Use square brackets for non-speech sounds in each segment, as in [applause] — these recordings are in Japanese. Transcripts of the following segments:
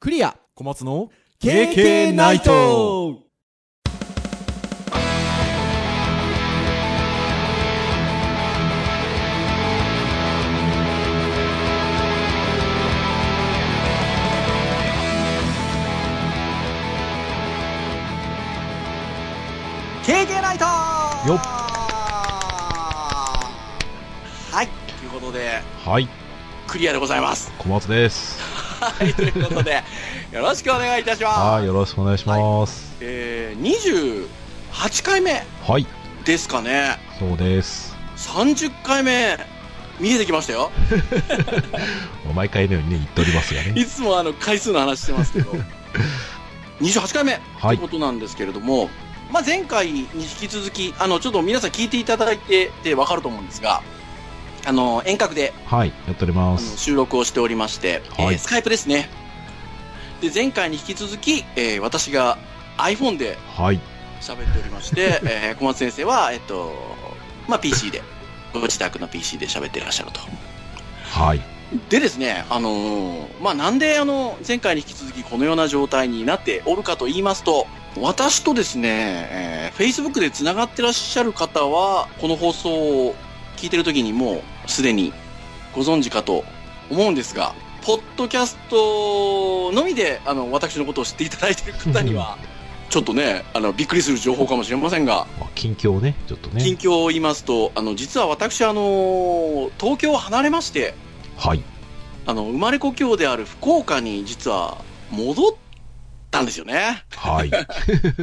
クリア小松の KK ナイトよっはいということではいクリアでございます小松ですはいということでよろしくお願いいたしまはいすよろしくお願いしますえー、28回目はい、ですかねそうです30回目見えてきましたよ毎回のようにね言っておりますがねいつもあの回数の話してますけ [laughs] ど28回目はいということなんですけれども、まあ、前回に引き続きあのちょっと皆さん聞いていただいてて分かると思うんですがあの遠隔ではいやっておりまあのす収録をしておりまして、はいえースカイプですねで前回に引き続き、えー私が iPhone ではい喋っておりまして、えー小松先生は、えっとまあ、PC でご自宅の PC で喋っていらっしゃるとはいでですね、あのーまあ、なんで、あの、前回に引き続きこのような状態になっておるかと言いますと、私とですね、えー Facebook で繋がってらっしゃる方は、この放送を聞いてる時にもうすでにご存知かと思うんですが、ポッドキャストのみで、あの、私のことを知っていただいている方に [laughs] は、ちょっとね、あの、びっくりする情報かもしれませんが、まあ近況をねちょっと近ね況を言いますと、あの、実は私、あのー東京を離れまして、はいあの生まれ故郷である福岡に実は戻ったんですよね。 [laughs] はい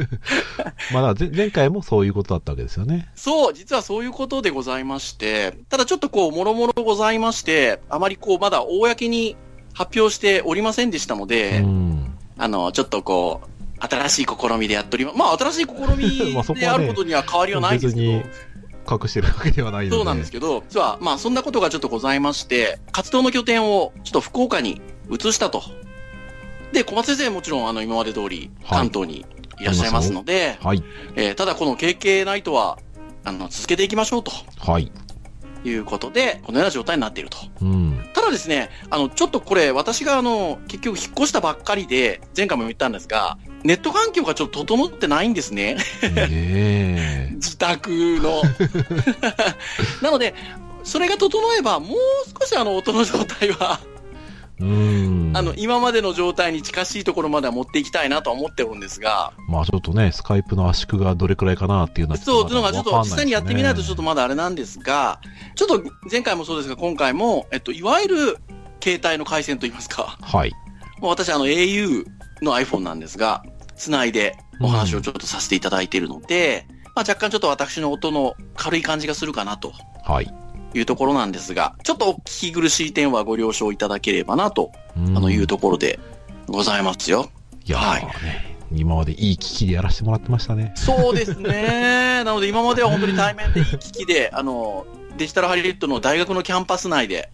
まあだから前前回もそういうことだったわけですよねそう、実はそういうことでございまして、ただちょっとこう、もろもろございまして、あまりこう、まだ公に発表しておりませんでしたのうで、んあの、ちょっとこう、新しい試みでやっております。まあ、新しい試 [laughs] まあみそこはねであることには変わりはないんです別けどに、隠してるわけではないのでそうなんですけど、実は、まあ、そんなことがちょっとございまして、活動の拠点をちょっと福岡に移したと。で、小松先生もちろん、あの、今まで通り、はい関東にいらっしゃいますので、はいえーただこの KK ナイトは、あの、続けていきましょうとはいいうことで、このような状態になっていると。うんただですね、あの、ちょっとこれ、私があの、結局引っ越したばっかりで、前回も言ったんですが、ネット環境がちょっと整ってないんですね。 [laughs] ねえ自宅の。 [laughs] なので、それが整えば、もう少しあの、音の状態は、うんあの、今までの状態に近しいところまでは持っていきたいなとは思ってるんですが、まあちょっとね、スカイプの圧縮がどれくらいかなっていうのはそう、というのがちょっとわかん実ですね際にやってみないとちょっとまだあれなんですが、ちょっと前回もそうですが、今回も、えっと、いわゆる携帯の回線といいますか、はい。もう私あの au の iPhone なんですが、つないでお話をちょっとさせていただいているので、まあ若干ちょっと私の音の軽い感じがするかなとはい。いうところなんですが、ちょっとお聞き苦しい点はご了承いただければなと、うんあの、いうところでございますよ。いやー、はいね、今までいい機器でやらせてもらってましたね。そうですね。なので今までは本当に対面でいい機器 [laughs] で、あの、デジタルハリウッドの大学のキャンパス内で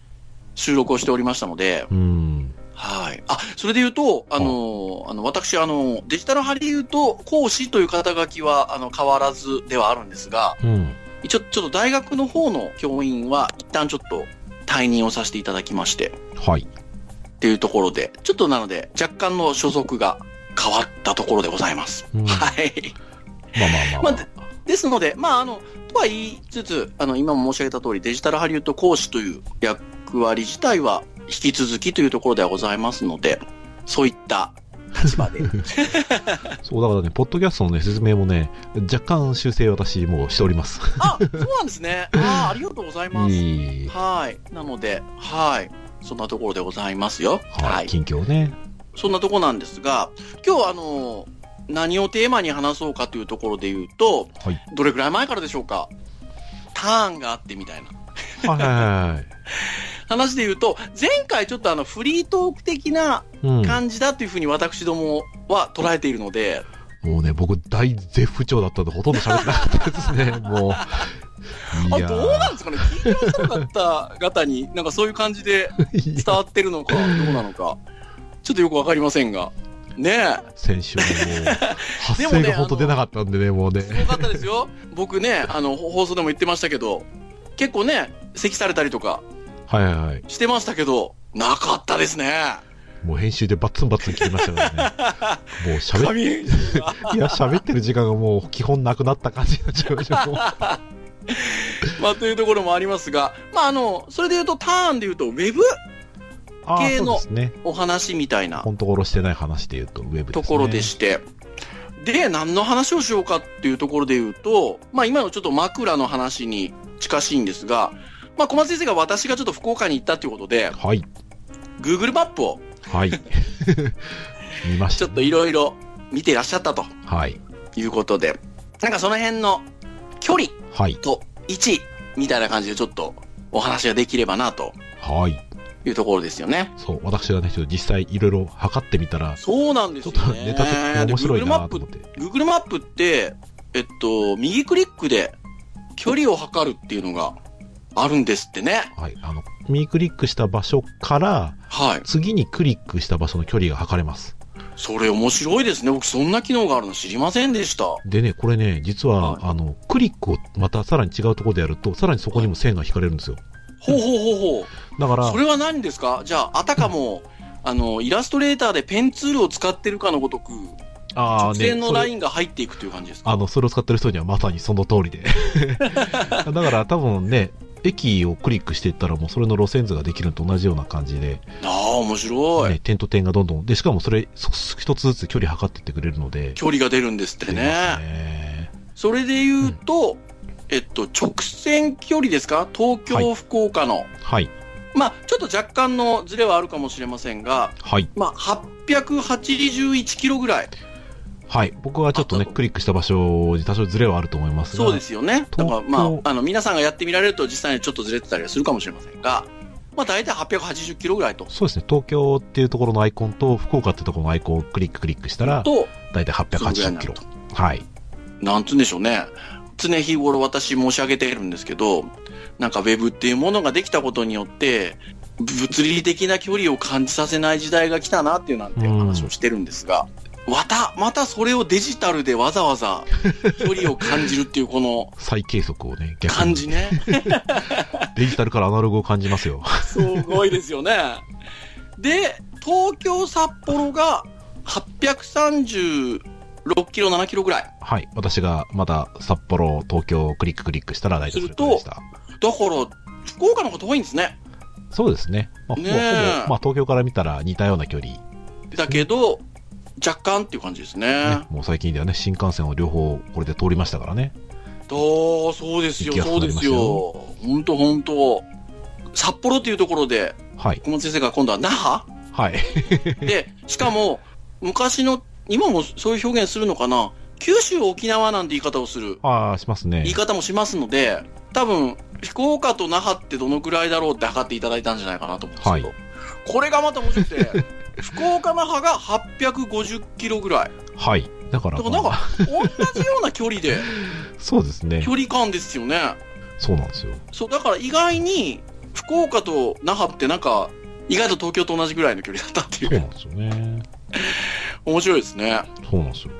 収録をしておりましたので、うん。はい。あ、それで言うと、あの、あの、私、あの、デジタルハリウッド講師という肩書きは、あの、変わらずではあるんですが、うん。一応、ちょっと大学の方の教員は、一旦ちょっと退任をさせていただきまして、はい。っていうところで、ちょっとなので、若干の所属が変わったところでございます。うんはい。 [laughs] まあまあまあ。まですので、まあ、あの、とは言いつつ、あの、今も申し上げた通り、デジタルハリウッド講師という役割自体は引き続きというところではございますので、そういった立 [laughs] 場で。そう、だからね、ポッドキャストのね、説明もね、若干修正私もうしております。あ、そうなんですね。あーありがとうございます。いい。はい。なので、はい。そんなところでございますよ。ははい。い。近況ね。そんなところなんですが、今日あの、何をテーマに話そうかというところで言うと、はいどれくらい前からでしょうかターンがあってみたいな。はいはいはい。話で言うと、前回ちょっとあのフリートーク的な [laughs] うん、感じだというふうに私どもは捉えているので、もうね、僕大絶不調だったんで、ほとんど喋ってなかったです [laughs] ね、もう。あいやどうなんですかね、聞いてらっしゃる方々に、 [laughs] なんかそういう感じでーいや伝わってるのか、どうなのか、ちょっとよくわかりませんが、ね [laughs] 先週はもう、発でも声ねがほんと出なかったんでね、もうねえ、。すごかったですよ、僕ね、あの放送でも言ってましたけど、結構ね、咳されたりとかはいはいはい。してましたけど、なかったですね。もう編集でバッツンバッツン切りましたからね。 [laughs] もう喋っ紙編集 [laughs] いや、喋ってる時間がもう基本なくなった感じになっちゃい [laughs] ました。もうまあ、というところもありますが、まあ、あの、それで言うと、ターンで言うと、ウェブあー系そうのですね。お話みたいなこのところしてない話で言うと、ウェブですね。ところでして、で、何の話をしようかっていうところで言うと、まあ、今のちょっと枕の話に近しいんですが、まあ、小松先生が私がちょっと福岡に行ったということで、はい。 Google マップをはい。 [laughs] 見ましちた、ょっといろいろ見ていらっしゃったとはい。いうことで、なんかその辺の距離はい。と位置みたいな感じでちょっとお話ができればなとはい。いうところですよね。そう、私がね、ちょっと実際いろいろ測ってみたら、そうなんですちょよっね。とネタ的に面白いなと思って。で Google マップ Google マップって、えっと、右クリックで距離を測るっていうのがあるんですってね。はい。あの、右クリックした場所から、はい。次にクリックした場所の距離が測れます。それ面白いですね。僕そんな機能があるの知りませんでした。でね、これね、実は、はいあの、クリックをまたさらに違うところでやると、さらにそこにも線が引かれるんですよ。ほうほうほうほう。だからそ、れは何ですかじゃあ、あたかも、あの、イラストレーターでペンツールを使ってるかのごとく、あ直ー線のラそれインが入っていくという感じですか、あの、それを使ってる人にはまさにその通りで。 [laughs] だから多分ね、駅をクリックしていったらもうそれの路線図ができるのと同じような感じで、ああ、面白い。ね、点と点がどんどん、で、しかもそれ、そ一つずつ距離測ってってくれるので、距離が出るんですって出ますね。ねそれで言うと、えっと、直線距離ですか東京、はい福岡の。はい、まあ、ちょっと若干のズレはあるかもしれませんが、はい、まあ、881キロぐらい。はい。僕はちょっとね、あとクリックした場所に多少ズレはあると思いますが、そうですよね。だから、東ま京あ、あの、皆さんがやってみられると実際にちょっとずれてたりはするかもしれませんが、まあ、大体880キロぐらいと。そうですね、東京っていうところのアイコンと、福岡ってところのアイコンをクリッククリックしたら、と、だいたい880キロ。はい。なんつうんでしょうね。常日頃私申し上げているんですけど、なんかウェブっていうものができたことによって、物理的な距離を感じさせない時代が来たなっていうなんてうん話をしてるんですが、また、またそれをデジタルでわざわざ距離を感じるっていうこの最計測をね、逆感にじね。デジタルからアナログを感じますよ。すごいですよね。で、東京札幌が836キロ、7キロぐらい。はい。私がまだ札幌、東京をクリッククリックしたら大丈夫でした。だから、福岡の方が遠いんですね。そうですね。まあ、ほぼ、ねえほぼまあ、東京から見たら似たような距離。ね、だけど、若干っていう感じですね。あもう最近ではね、新幹線を両方これで通りましたからね。あ、そうですよ、行きやそすうくでなりますしたよよ。ほんとほんと。札幌っていうところで、はい。小松先生が今度は那 [laughs] 覇はい。で、しかも、昔の、今もそういう表現するのかな九州、沖縄なんて言い方をする。ああ、しますね言い。方もしますので、多分、福岡と那覇ってどのくらいだろうって測っていただいたんじゃないかなと思うんですけど、はこれがまた面白くて、福岡、那覇が850キロぐ [laughs] らい。はい。だから、だからなんまあか、同じような距離で、そうですね距。離感ですよね。そうなんですよ。そう、だから意外に、福岡と那覇ってなんか、意外と東京と同じぐらいの距離だったってそいうなう。んですよね。面白いですね。そうなんですよ。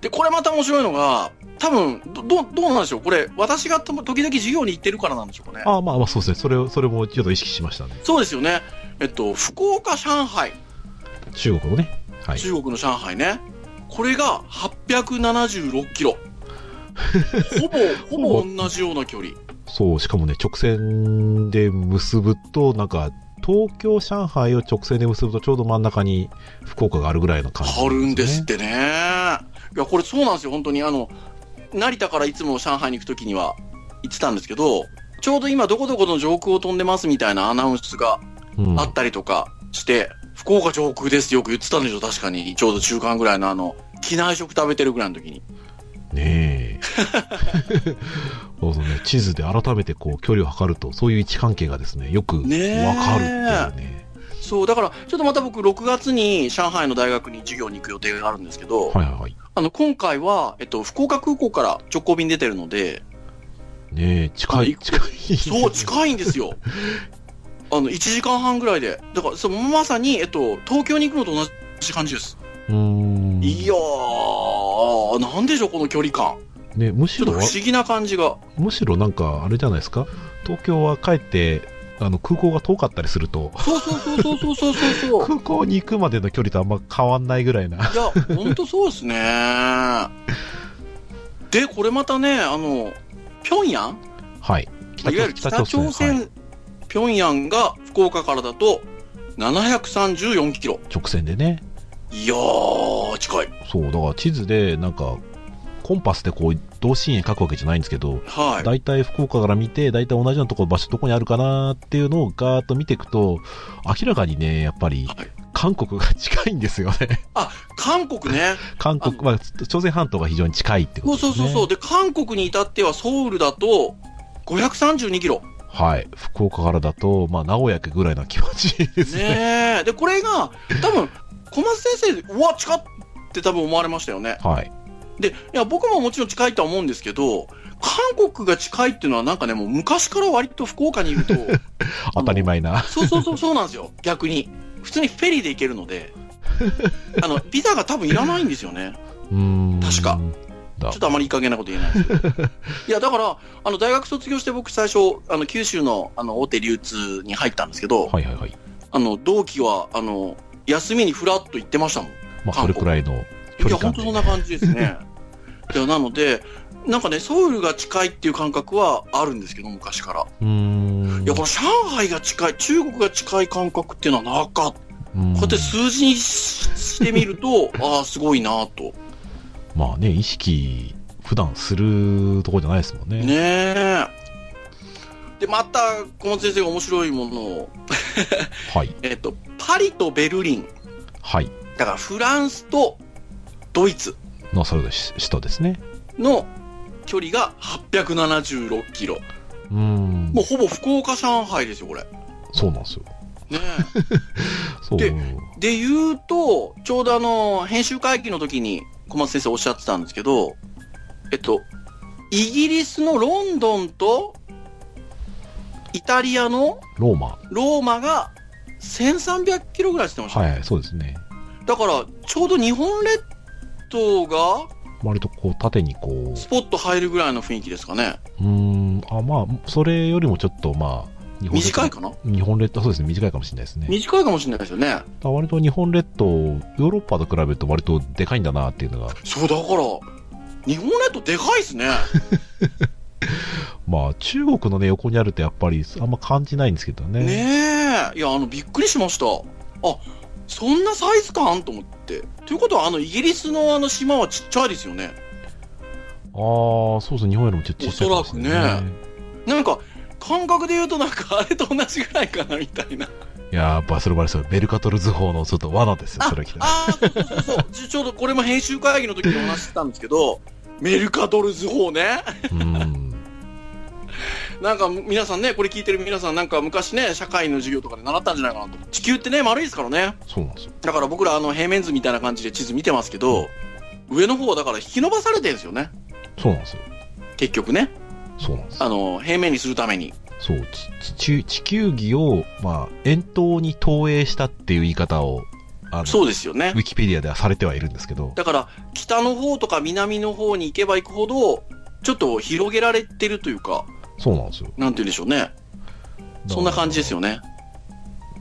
で、これまた面白いのが、多分、ど、どどうなんでしょうこれ、私がとも時々授業に行ってるからなんでしょうかね。ああ、まあまあ、そうですね。それを、それもちょっと意識しましたね。そうですよね。えっと、福岡、上海、中国のね。はい。中国の上海ね。これが876キロ。ほぼ、ほほぼ同じような距離。そう、しかもね、直線で結ぶと、なんか、東京、上海を直線で結ぶと、ちょうど真ん中に福岡があるぐらいの感じ、あるんですっ。てね。いや、これそうなんですよ、本当に。あの、成田からいつも上海に行くときには行ってたんですけど、ちょうど今どこどこの上空を飛んでますみたいなアナウンスがうん、あったりとかして、福岡上空ですよく言ってたんでしょ、確かに。ちょうど中間ぐらいのあの、機内食食べてるぐらいの時に。 [laughs] ねえ。そうそうね、地図で改めてこう距離を測ると、そういう位置関係がですね、よくわかるっていうねね。そう、だから、ちょっとまた僕6月に上海の大学に授業に行く予定があるんですけど、はいはいはい。あの、今回は、えっと、福岡空港から直行便出てるので、ねえ、近い、あ近い。そう、近いんです [laughs] よ。あの、1時間半ぐらいで。だから、そうまさに、えっと、東京に行くのと同じ感じです。 [laughs] うーん。いやー、なんでしょう、この距離感。ね、むちしょっとろ不、思議な感じが。むしろなんか、あれじゃないですか。東京は帰って、あの空港が遠かったりすると、そうそうそうそうそうそう [laughs] そう。空港に行くまでの距離とあんま変わんないぐらいな。いや、ほんとそうですね。で、これまたね、あの、平壌 [laughs] はい。いわゆる北朝はい鮮、平壌が福岡からだと734キロ。直線でね。いやー、近い。そう、だから地図で、なんか、コンパスでこう、同心円書くわけじゃないんですけど、はい。大体福岡から見て、大体同じようなところ、場所どこにあるかなっていうのをガーッと見ていくと、明らかにね、やっぱりはい、韓国が近いんですよね。 [laughs] 韓国ね。韓国、あまあ、朝鮮半島が非常に近いってこそうとですそね。うそうそう。で、韓国に至ってはソウルだと532キロ。はい。福岡からだと、まあ、名古屋ぐらいな気持ち [laughs] ですね。ねえ。で、これが、多分、小松先生、うわ、近っって多分思われましたよね。はい。で、いや、僕ももちろん近いとは思うんですけど、韓国が近いっていうのはなんかね、もう昔から割と福岡にいる [laughs] と、当たり前な。そうそうそうそうなんですよ。逆に。普通にフェリーで行けるので、あの、ビザが多分いらないんですよね。うーん。確か。だちょっとあまりいい加減なこと言えないですけど。 [laughs] いや、だから、あの、大学卒業して僕最初、あの、九州の、あの、大手流通に入ったんですけど、はいはいはい。あの、同期は、あの、休みにフラッと行ってましたもん。まあ、それくらいの距いや、本離感当でそん。な感じです [laughs] ね。いや、なので、なんかね、ソウルが近いっていう感覚はあるんですけど、昔から。うーん。いや、この上海が近い、中国が近い感覚っていうのはなかった。うんこうやって数字にししてみる [laughs] と、ああ、すごいなと。まあね、意識、普段するとこじゃないですもんね。ねえ。で、また、小松先生が面白いものを、はい。えっと、パリとベルリン。はい。だから、フランスとドイツの、それでし下ですね。の距離が876キロ。うーん。もうほぼ福岡、上海ですよ、これ。そうなんですよ。ね [laughs] そう。でえ。で、言うと、ちょうどあの、編集会議の時に小松先生おっしゃってたんですけど、えっと、イギリスのロンドンと、イタリアのローマ。ローマが1300キロぐらいしてました。はい、そうですね。だから、ちょうど日本列島が割とこう、縦にこスポット入るぐらいの雰囲気ですかね。う、うーん。あ、まあ、それよりもちょっと、まあ、日本列島短いかな日本列島、そうですね、短いかもしれないですね。短いかもしれないですよね。だ割と日本列島、ヨーロッパと比べると割とでかいんだなっていうのが、そう、だから、日本列島でかいですね。まあ、中国のね、横にあるとやっぱり、あんま感じないんですけどね。ねえ。いや、あの、びっくりしました。あ、そんなサイズ感と思って。ということは、あの、イギリスのあの島はちっちゃいですよね。ああ、そうですね、日本よりもちょっと小さいかもしれないおそらくねなんか、感覚で言うとなんか、あれと同じぐらいかな、みたいな。いやー、バスルバレスメルカトル図法のちょっと罠ですよ、それ来たら。ああ、そうそうそうそう。ちょちょうどこれも編集会議の時にお話ししたんですけど、メルカドル図法ね。うん。なんか皆さんね、これ聞いてる皆さんなんか昔ね、社会の授業とかで習ったんじゃないかなと。地球ってね、丸いですからね。そうなんですよ。だから僕らあの平面図みたいな感じで地図見てますけど、上の方はだから引き伸ばされてるんですよね。そうなんですよ。結局ね。そうなんですよ。あの、平面にするために。そう、ち地球地球儀を、まあ、遠投に投影したっていう言い方を、あの、そうですよねウ。ィキペディアではされてはいるんですけど、だから、北の方とか南の方に行けば行くほど、ちょっと広げられてるというか、そうなんですよ。なんて言うんでしょうね。そんな感じですよ。よね。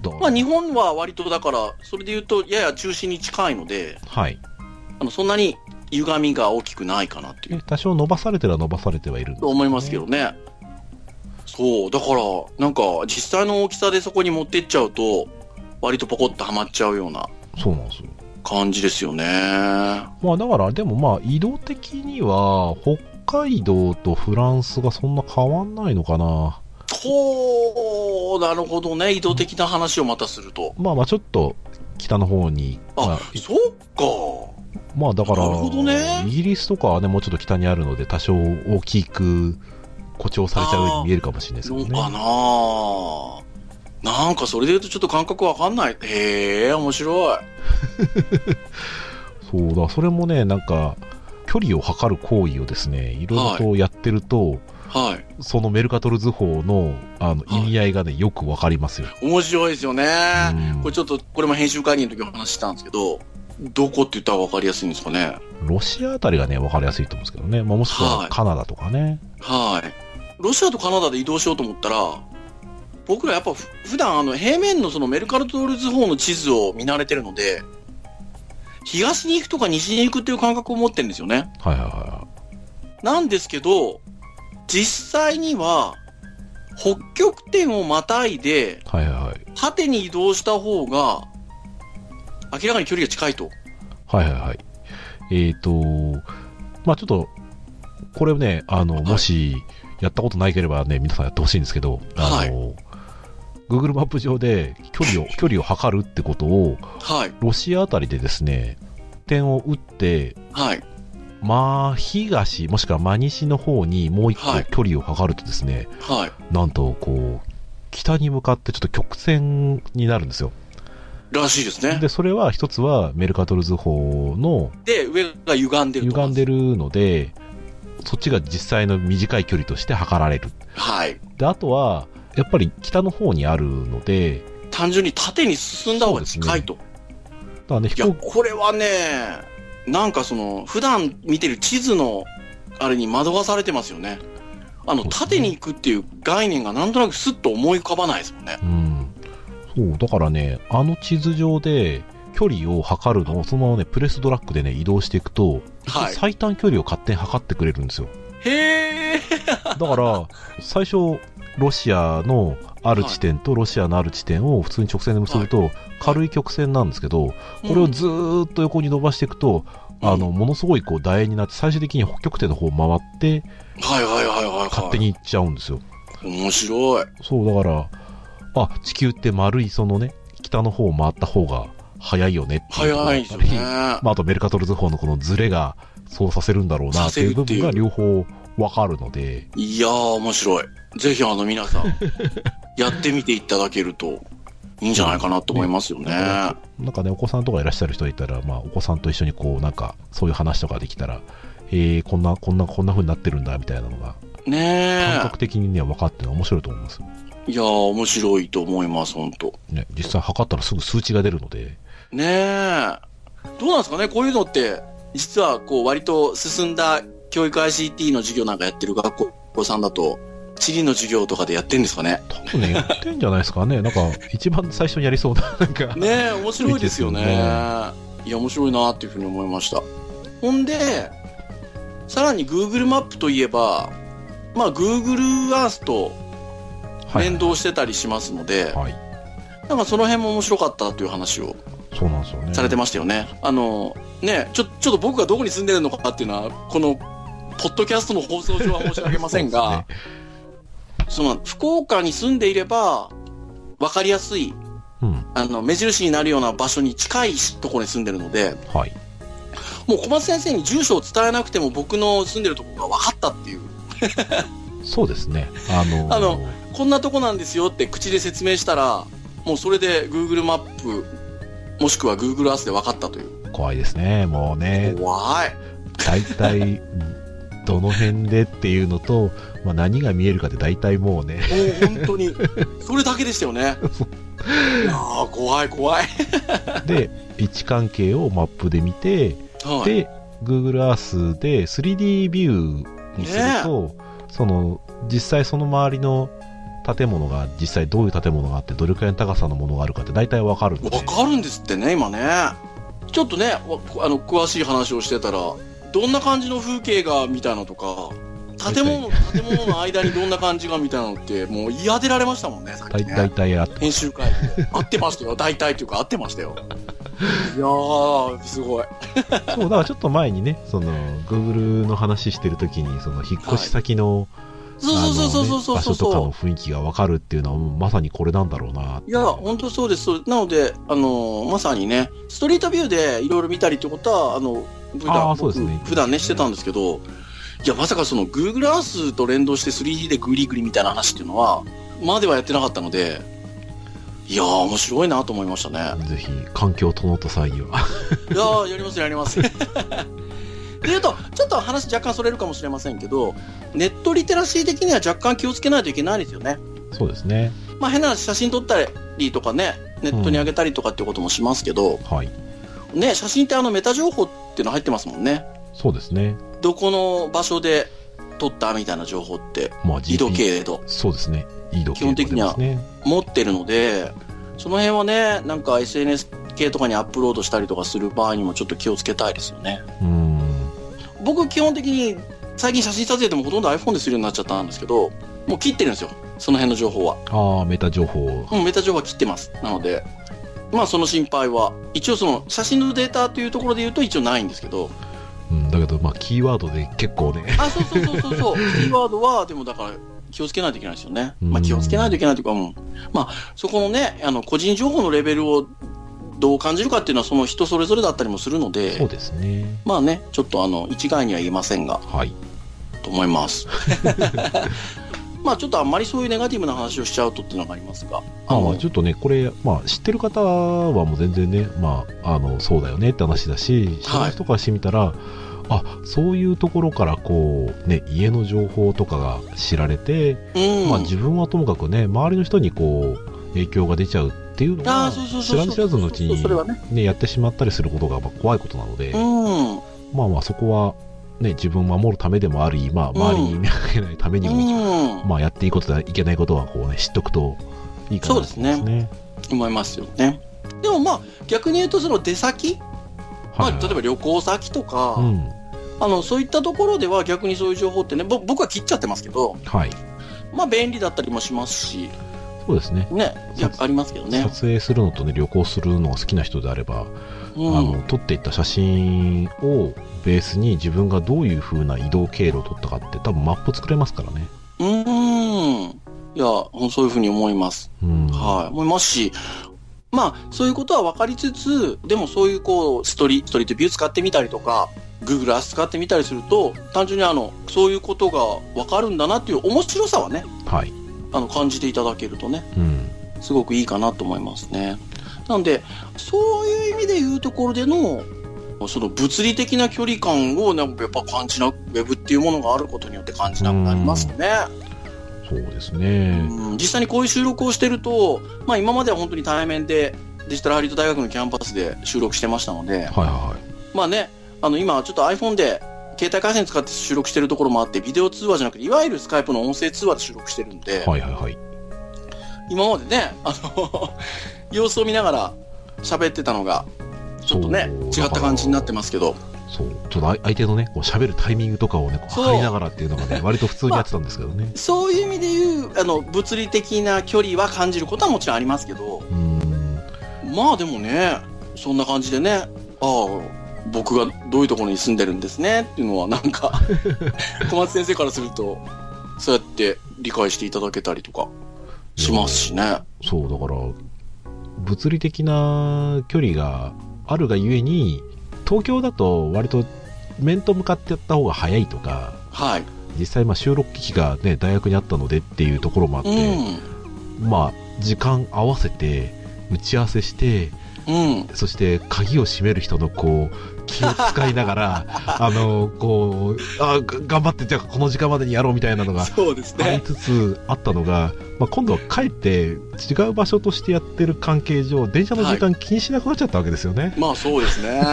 だからまあ、日本は割とだから、それで言うと、やや中心に近いので、はい。あの、そんなに歪みが大きくないかなっていう、多少伸ばされては伸ばされてはいるんですけとどね思いますけど。ね。そう、だから、なんか、実際の大きさでそこに持ってっちゃうと、割とポコッとはまっちゃうようなそうなんですよ。感じですよね。まあだから、でもまあ移動的には、北海道とフランスがそんな変わんないのかな。ほう、なるほどね。移動的な話をまたすると。まあまあちょっと北の方に、まああ、そうか。まあだから、なるほどねイギリスとかはね、もうちょっと北にあるので、多少大きく誇張されちゃうように見えるかもしれないですけそうどかね。な。なんかそれで言うとちょっと感覚わかんない。へえ、面白い。そうだ、それもね、なんか、距離を測る行為をですね、いろいろとやってると、はい。そのメルカトル図法のあのはい意味合いがね、よくわかりますよ。面白いですよね。うんこれちょっと、これも編集会議の時お話ししたんですけど、どこって言ったらわかりやすいんですかね。ロシアあたりがね、わかりやすいと思うんですけどね。まあ、もしくははいカナダとかね。はい。ロシアとカナダで移動しようと思ったら、僕らやっぱふ普段あの平面のそのメルカルトールズ方の地図を見慣れてるので、東に行くとか西に行くっていう感覚を持ってるんですよね。はいはいはなんですけど、実際には、北極点をまたいで、い。はいはい。縦に移動した方が、明らかに距離が近いと。はいはいはい。えっ、と、まあちょっと、これをね、あの、いもし、やったことないければね、皆さんやってほしいんですけど、あの、Google マップ上で [laughs] 距離を、距離を測るってことを、はい。ロシアあたりでですね、点を打って、はい。真東、もしくは真西の方にもう一は個い距離を測るとですね、はい。なんと、こう、北に向かってちょっと曲線になるんですよ。らしいですね。で、それは一つはメルカトル図法ので、上が歪んでると。歪んでるのでそっちが実際の短い距離として測られるはい。であとはやっぱり北の方にあるので単純に縦に進んだ方が近いと。だからねい飛や、行これはね、なんかその、普段見てる地図の、あれに惑わされてますよね。あの、そうですね縦に行くっていう概念がなんとなくスッと思い浮かばないですもんね。うんそうだからねあの地図上で距離を測るのをそのままねプレスドラッグでね移動していくと、はい。最短距離を勝手に測ってくれるんですよへーだから [laughs] 最初ロシアのある地点とロシアのある地点を普通に直線で結ぶと軽い曲線なんですけど、これをずーっと横に伸ばしていくと、うんあのものすごいこう楕円になって最終的に北極点の方を回ってはいはいはいはいはい。勝手に行っちゃうんですよ、面白い。そうだからあ地球って丸いそのね北の方を回った方が早いよねっていう早いですよやっぱね。りまあ、あとメルカトル図法のこのズレがそうさせるんだろうなっていう部分がさせ両方わかるのでいやー、面白い。ぜひあの皆 [laughs] さん、やってみていただけると、いいんじゃないかなと思いますよね。ねなんかねお子さんとかいらっしゃる人がいたら、まあ、お子さんと一緒にこうなんかそういう話とかできたらえー、こんなこんなこんな風になってるんだみたいなのが感ね覚的にね分かって面白いと思いますよえ。いやー、面白いと思います、ほんと。ね、実際測ったらすぐ数値が出るので、ねえ。どうなんですかねこういうのって、実はこう割と進んだ教育 ICT の授業なんかやってる学校さんだと、地理の授業とかでやってんですかね多分ね、やってんじゃないですかね。なんか、一番最初にやりそう [laughs] な、なんか。ねえ、面白いですよね。いいですよいや、面白いなっていうふうに思いました。ほんで、さらに Google マップといえば、まあ Google Earth とはい連動してたりしますので、はい。なんかその辺も面白かったという話をそうなんですよね。されてましたよね。あの、ね、ちょ、ちょっと僕がどこに住んでるのかっていうのは、この、ポッドキャストの放送上は申し上げません [laughs] が、その、福岡に住んでいれば、わかりやすい、そうですね。あの、目印になるような場所に近いところに住んでるので、うん。はい。もう小松先生に住所を伝えなくても僕の住んでるところが分かったっていう、そうですね。あのーあのこんなとこなんですよって口で説明したら、もうそれで Google マップ、もしくは Google Earth で分かったという。怖いですね。もうね、怖い。大体、 [laughs] どの辺でっていうのと、まあ、何が見えるかで大体もうね、もう本当に、それだけでしたよ [laughs] ね。いやー怖い怖い。で、位置関係をマップで見て、はい。で、Google Earth で 3D ビューにすると、その、実際その周りの建物が、実際どういう建物があって、どれくらいの高さのものがあるかって大体わかるので。わかるんですってね、今ね。ちょっとね、わあの、詳しい話をしてたら、どんな感じの風景が、みたいなとか、建物と建物の間にどんな感じが、みたいなのって、もう言い当てられましたもんね、さっき大ね。大体あって編集会で。合ってましたよ。大体というか合ってました [laughs] よ。いやー、すごい。そうだからちょっと前にねその Google の話してる時にその引っ越し先の,、あそうのそうそうそうねそう場そう所とかそうの。雰囲気がわかるっていうのはもうまさにこれなんだろうなっていや、本当そうです。そうなので、あのーまさにね、ストリートビューでいろいろ見たりってことは、あの、普あ段ーそうですね僕普段ね、してたんですけど、いや、まさかその Google Earth と連動して 3D でグリグリみたいな話っていうのは、まではやってなかったので、いやー、面白いなと思いましたね。ぜひ環境を整った際にはいやーやりますやり [laughs] ます。で言うと、ちょっと話若干それるかもしれませんけど、ネットリテラシー的には若干気をつけないといけないですよね。そうですねまあ変な話写真撮ったりとかね、ネットに上げたりとかっていうこともしますけど、はいね、写真ってあのメタ情報っていうの入ってますもんね。そうですねどこの場所で撮ったみたいな情報って、まあ、緯度 GP 経度そうですね。緯度基本的には経度ですね。持ってるので、その辺はね、なんか SNS 系とかにアップロードしたりとかする場合にもちょっと気をつけたいですよね。うん。僕基本的に最近写真撮影でもほとんど iPhone でするようになっちゃったんですけど、もう切ってるんですよ。その辺の情報は。ああ、メタ情報。うん、メタ情報は切ってます。なので、まあその心配は、一応その写真のデータというところで言うと一応ないんですけど、うん、だけど、まあ、キーワードで結構 [laughs] ね。あ、そうそうそうそう [laughs] そう。キーワードは、でもだから、気をつけないといけないですよね。まうあ、ん気をつけないといけないというか、うん。まあ、そこのね、あの、個人情報のレベルをどう感じるかっていうのは、その人それぞれだったりもするのそうで、ですね。まあね、ちょっとあの、一概には言えません [laughs] が、はい。と思います。まあ、ちょっとあんまりそういうネガティブな話をしちゃうとっていうのがありますが、あまあまあ、の、ちょっとね、これ、まあ、知ってる方はもう全然ね、まあ、あの、そうだよねって話だし、知らない人からしてみたら、あ、そういうところから、こう、ね、家の情報とかが知られて、うん。まあ、自分はともかくね、周りの人にこう、影響が出ちゃうっていうのああ、がそうそう、知そうそらう。ず知らずのうちにそ、れはね。ね、やってしまったりすることがまあ怖いことなので、うん。まあまあ、そこは、ね、自分を守るためでもあり、まあ、周りに見られないためにも、うん。まあ、やっていいことだいけないことはこう、ね、知っとくといいかなと思いますね。そう思いますよね。でもまあ、逆に言うと、その出先、まあ、はい例えば旅行先とか、うん、あのそういったところでは逆にそういう情報ってねぼ僕は切っちゃってますけど、はい、まあ、便利だったりもしますしそうですね。ね逆ありますけどね、撮影するのとね、旅行するのが好きな人であれば、うん、あの撮っていった写真をベースに自分がどういう風な移動経路を取ったかって多分マップ作れますからね。うーんいやほんそういうふうに思いますうん、はい思いますしまあそういうことは分かりつつでもそういうこうストリストリートビュー使ってみたりとか Google Earth 使ってみたりすると単純にあのそういうことが分かるんだなっていう面白さはねはい。あの感じていただけるとねうん。すごくいいかなと思いますね。なので、そういう意味でいうところでの、その物理的な距離感をなんかやっぱ感じな、ウェブっていうものがあることによって感じなくなりますね。そうですうね。ん実際にこういう収録をしてると、まあ今までは本当に対面でデジタルハリウッド大学のキャンパスで収録してましたので、はいはまあね、あの今ちょっと iPhone で携帯回線使って収録してるところもあって、ビデオ通話じゃなくて、いわゆるスカイプの音声通話で収録してるんで、いはい。はいはいはい。今までね、あの、様子を見ながら喋ってたのが、ちょっとね、そう違った感じになってますけど、そう。ちょっとあい相手のね、こう喋るタイミングとかをね、こうそう測りながらっていうのが [laughs] ね、割と普通にやってたんですけどね。そういう意味でいう、あの、物理的な距離は感じることはもちろんありますけど、うん。まあでもね、そんな感じでね、ああ、僕がどういうところに住んでるんですねっていうのはなん [laughs] か、小松先生からすると、そうやって理解していただけたりとかしますしね。そう、だから、物理的な距離があるがゆえに、東京だと割と面と向かってやった方が早いとか、はい。実際まあ収録機器がね、大学にあったのでっていうところもあっうて、ん。まあ、時間合わせて、打ち合わせして、うん。そして鍵を閉める人のこう気を使いな [laughs] がらあのこうあが頑張ってじゃあこの時間までにやろうみたいなのがそうですありね。つつあったのが、まあ、今度はかえって違う場所としてやってる関係上電車の時間気にしなくなっちゃったわけですよね、まあそうですね。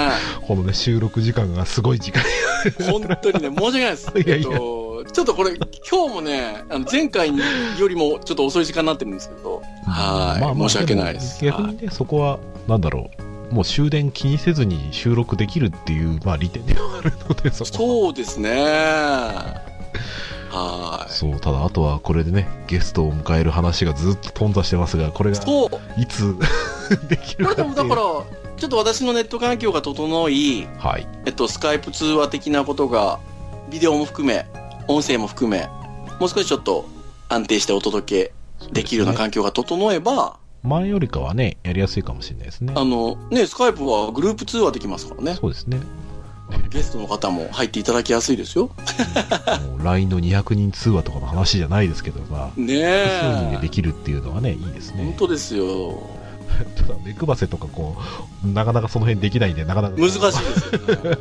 このね収録時間がすごい時間本当にね、申し訳ないです。 [laughs] いやいやえっと、ちょっとこれ、今日もね、あの前回よりもちょっと遅い時間になってるんですけど、はい、申し訳ないです。も逆はいにねそこはなんだろうもう終電気にせずに収録できるっていう、まあ、利点ではあるのでそこはそうですね。はい。そうただあとはこれでねゲストを迎える話がずっと頓挫してますがこれがそう。こいつできるかれってでいうもだから、ちょっと私のネット環境が整い、はいえっと、スカイプ通話的なことが、ビデオも含め、音声も含め、もう少しちょっと安定してお届けできるようなそう環ですね境が整えば、前よりかはねやりやすいかもしれないですねあの、ね、スカイプはグループ通話できますからね。そうですねゲストの方も入っていただきやすいですよ。もう LINE の200人通話とかの話じゃないですけどまあねそういうふうにでえ。きるっていうのはねいいです本ね当ですよ。ただ目くばせとかこうなかなかその辺できないんでなかなか [laughs] 難しいですよね。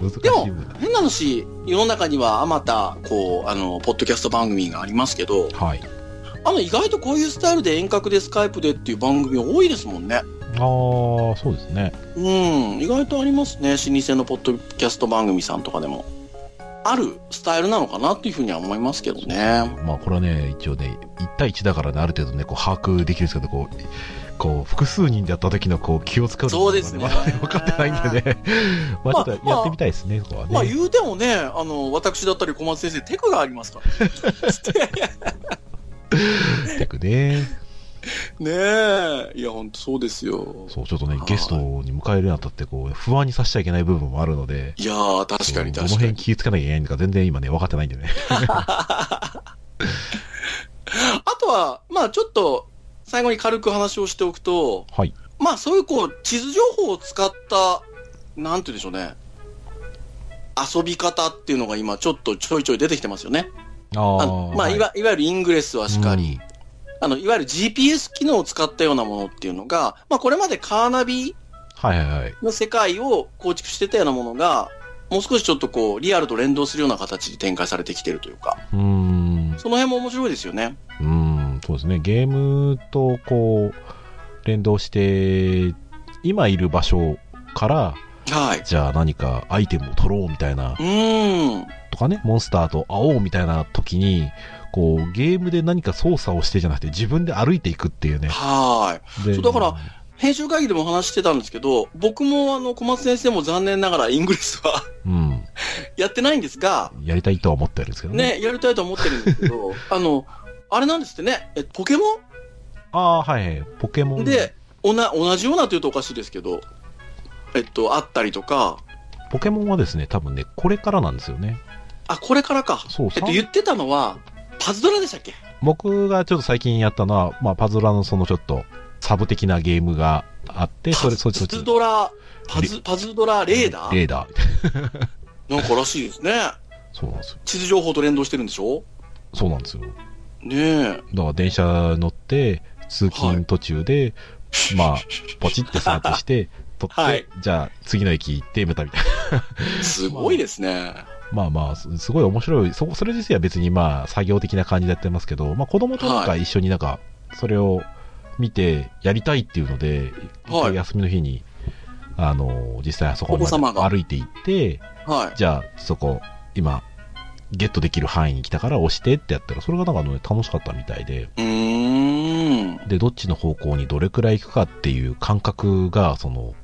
難しいでも部分だね変な話、世の中にはあまた、こう、あの、ポッドキャスト番組がありますけど、はいあの、意外とこういうスタイルで遠隔でスカイプでっていう番組多いですもんね。ああそうですねうん、意外とありますね。老舗のポッドキャスト番組さんとかでも。あるスタイルなのかなっていうふうには思いますけどね。まあこれはね、一応ね、1対1だからね、ある程度ね、こう把握できるんですけど、こう、こう複数人でやった時のこう気を使うとそこうろがですねまだね分かってないんでね、 [laughs] まあちょっとやってみたいですね、ここはね。まあ言うてもね、あの、私だったり小松先生、テクがありますからてくね。ね。ねえ。いや、ほんとそうですよ。そう、ちょっとねはい、ゲストに迎えるにあたって、こう、不安にさせちゃいけない部分もあるので、いやー、確かに確そうどのか辺に。気をつけなきゃいけないのか全然今ね、分かってないんでね。あとは、まあちょっと、最後に軽く話をしておくと、はい。まあそういうこう、地図情報を使った、なんて言うんでしょうね。遊び方っていうのが今ちょっとちょいちょい出てきてますよね。ああーまあ、はいわ、いわゆるイングレスはしかり、うんあの、いわゆる GPS 機能を使ったようなものっていうのが、まあこれまでカーナビはいはいはい。の世界を構築してたようなものが、もう少しちょっとこう、リアルと連動するような形で展開されてきてるというか、うーん。その辺も面白いですよね。うーん、そうですね。ゲームとこう、連動して、今いる場所から、はい。じゃあ何かアイテムを取ろうみたいう、なーん。とかね、モンスターと会おうみたいな時に、こう、ゲームで何か操作をしてじゃなくて、自分で歩いていくっていうね。はい。でそうだから、編集会議でも話してたんですけど、僕もあの、小松先生も残念ながらイングレスは [laughs] うん、やってないんですが、やりたいとは思ってるんですけどね。ね、やりたいとは思ってるんですけ [laughs] ど、あの、あれなんですってね、えポケモああ、はいはい。ポケモンン。で、おな、同じようなというとおかしいですけど、えっと、あったりとか、ポケモンはですね、多分ね、これからなんですよね。あ、これからか。そえう、っと、さん言ってたのは、パズドラでしたっけ僕がちょっと最近やったのは、まあ、パズドラのそのちょっと、サブ的なゲームがあって、それ、そっちそパっちズ。ドラ、パズ、パズドラレーダーレーダー。なんからしいですね。そうなんですよ。地図情報と連動してるんでしょそうなんですよ。ねえ。だから電車乗って、通勤途中で、まあ、ポチってスタートして、取って、はいじゃあ次の駅行って、またみたい [laughs] な。[laughs] すごいですね。まあまあ、すすごい面白い。そ、それ自体は別にまあ、作業的な感じでやってますけど、まあ子供となんか一緒になんか、それを見てやりたいっていうので、はい一回休みの日に、あの、実際あそこお子様までが歩いて行って、はい。じゃあそこ、今、ゲットできる範囲に来たから押してってやったら、それがなんかね、楽しかったみたいで、うーん。で、どっちの方向にどれくらい行くかっていう感覚が、その、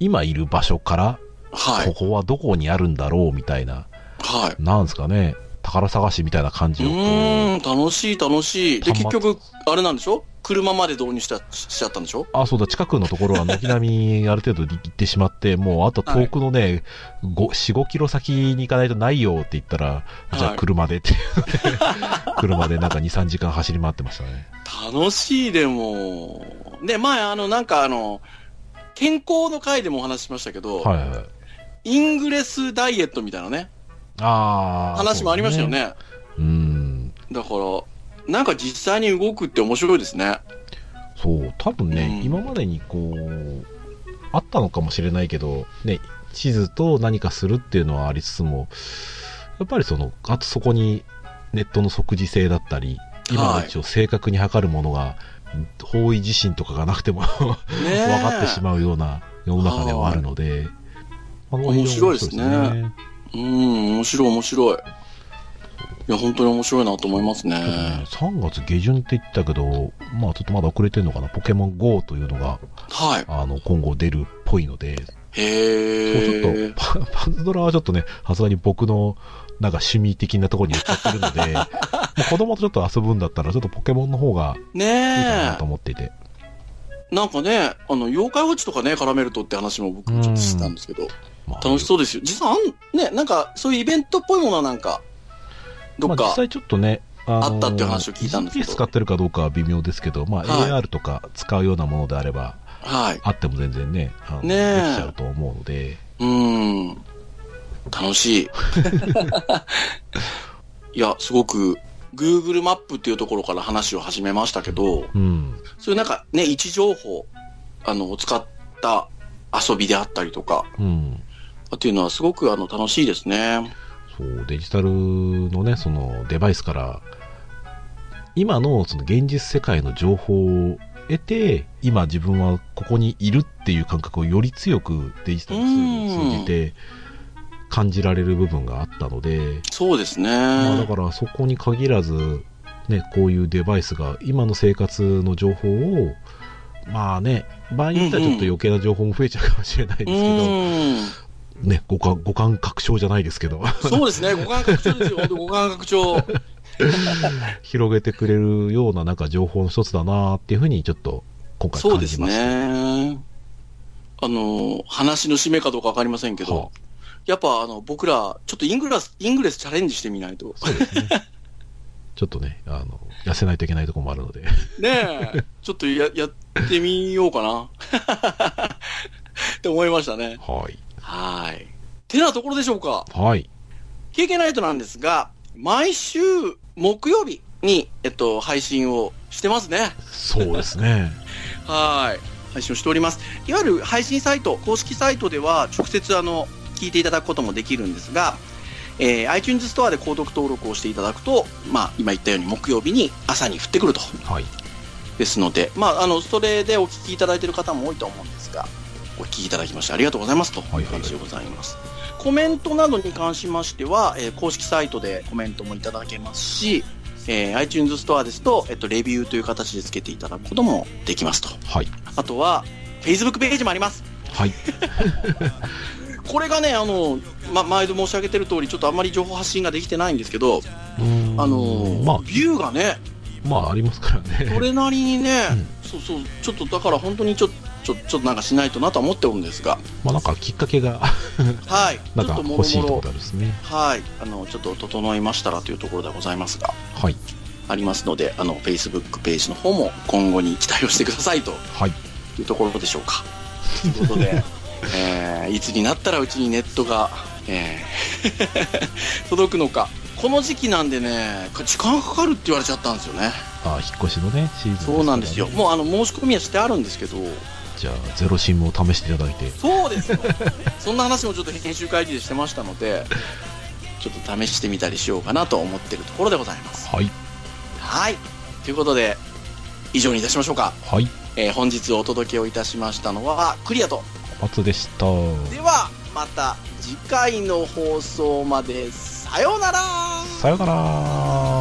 今いる場所から、はこい。こはどこにあるんだろうみたいな、はい。なんですかね、宝探しみたいな感うじをこうーん、楽しい楽しい。で、端末結局、あれなんでしょ車まで導入した、ししちゃったんでしょあ、そうだ、近くのところは軒並みある程度行ってしまって、もうあと遠くのね、ご4、5キロ先に行かないとないよって言ったら、じゃはあい車でって、 [laughs] 車でなんか2、3時間走り回ってましたね。楽しいでも。で、前、あの、なんかあの、健康の回でもお話ししましたけど、はいはいはい。イングレスダイエットみたいなね、あー話もありましたよ。ね。そうですうん。だから、なんか実際に動くって面白いですね。そう、多分ね、うん今までにこう、あったのかもしれないけど、ね、地図と何かするっていうのはありつつも、やっぱりその、あとそこにネットの即時性だったり、今のうちを正確に測るものが、方位地震とかがなくても分ねかってしまうような世の中ではあるので、あの面白いですね非常に面白いですねう。うん、面白い面白い。いや、本当に面白いなと思いますちょっとねね。 3月下旬って言ったけど、まあちょっとまだ遅れてるのかな、ポケモン GO というのが、はい。あの、今後出るっぽいので、そうへちょっー。とパ、パズドラはちょっとね、さすがに僕の、なんか趣味的なところに寄っちゃってるので、 [laughs] もう子供とちょっと遊ぶんだったら、ちょっとポケモンの方がねいいかなえと。思っていて。なんかね、あの、妖怪ウォッチとかね、絡めるとって話も僕ちょっと知ったんですけど、まあ楽しそうですよ。実はあん、ね、なんか、そういうイベントっぽいものはなんか、どっまあ、か実、際ちょっとね、ああったっていう話を聞いたんですけど GPS 使ってるかどうかは微妙ですけど、まあ、はい AR とか使うようなものであれば、はい。あっても全然ね、あのねえできちゃうと思うので、うーん。楽し [laughs] い。いや、すごく、Google マップっていうところから話を始めましたけど、うん。そういうなんかね、位置情報、あの、を使った遊びであったりとか、うん。っていうのはすごくあの、楽しいですね。そう、デジタルのね、そのデバイスから、今のその現実世界の情報を得て、今自分はここにいるっていう感覚をより強くデジタルツールを通じて感じられる部分があったので、そうですね。まあ、だからそこに限らず、ね、こういうデバイスが今の生活の情報をまあね場合によってはちょっと余計な情報も増えちゃうかもしれないですうけど、ーん。ね、五感五感確証じゃないですけどそうですね。五感拡張です [laughs] よ。本当五感拡張。広げてくれるようななんか情報の一つだなっていうふうにちょっと今回そう感ですじました。ね。あの、話の締めかどうかわかりませんけど、はあやっぱあの、僕ら、ちょっとイングラス、イングレスチャレンジしてみないと。そう [laughs] ですねちょっとねあの痩せないといけないところもあるのでねえ、ちょっとや、やってみようかな。 [laughs] って思いましたね。はいはい。てなところでしょうか。はい経験ナイトなんですが、毎週木曜日に、えっと、配信をしてますね。そうです [laughs] ねはい。配信をしております。いわゆる配信サイト、公式サイトでは直接あの、聞いていただくこともできるんですが、えー iTunes ストアで購読登録をしていただくと、まあ、今言ったように木曜日に朝に降ってくると。はいですので、まあ、あの、それでお聞きいただいている方も多いと思うんですが、お聞きいただきましてありがとうございますとはいはいいう感じでございます。コメントなどに関しましては、えー公式サイトでコメントもいただけますし、えー iTunes ストアですと、えっと、レビューという形でつけていただくこともできますと。はいあとは、Facebook ページもあります。はいこれがね、あの、ま、毎度申し上げてる通り、ちょっとあんまり情報発信ができてないんですけど、うんあのーまあビューがね、まあありますからねそれなりにね、うそうそう、ちょっとだから本当にちょ、ちょ、ちょっとなんかしないとなとは思っておるんですが、 [laughs] まあなんかきっかけがはい、ちょなっんかとも欲しいろともころ、ろですねはい、あの、ちょっと整いましたらというところでございますが、はいありますので、あの、Facebook ページの方も今後に期待をしてくださいとはいいうところでしょうか。ということ [laughs] で、えーいつになったらうちにネットが、えー [laughs] 届くのか。この時期なんでね、時間かかるって言われちゃったんですよね。あ引っ越しのねシーズンからねそうなんですよ。もうあの申し込みはしてあるんですけど、じゃあゼロシムを試していただいてそうですよ。 [laughs] そんな話もちょっと編集会議でしてましたので、ちょっと試してみたりしようかなと思ってるところでございます。はいはい。ということで、以上にいたしましょうか。はいえー本日お届けをいたしましたのは、クリアと。小松でしたでは、また次回の放送まで、さようならさようなら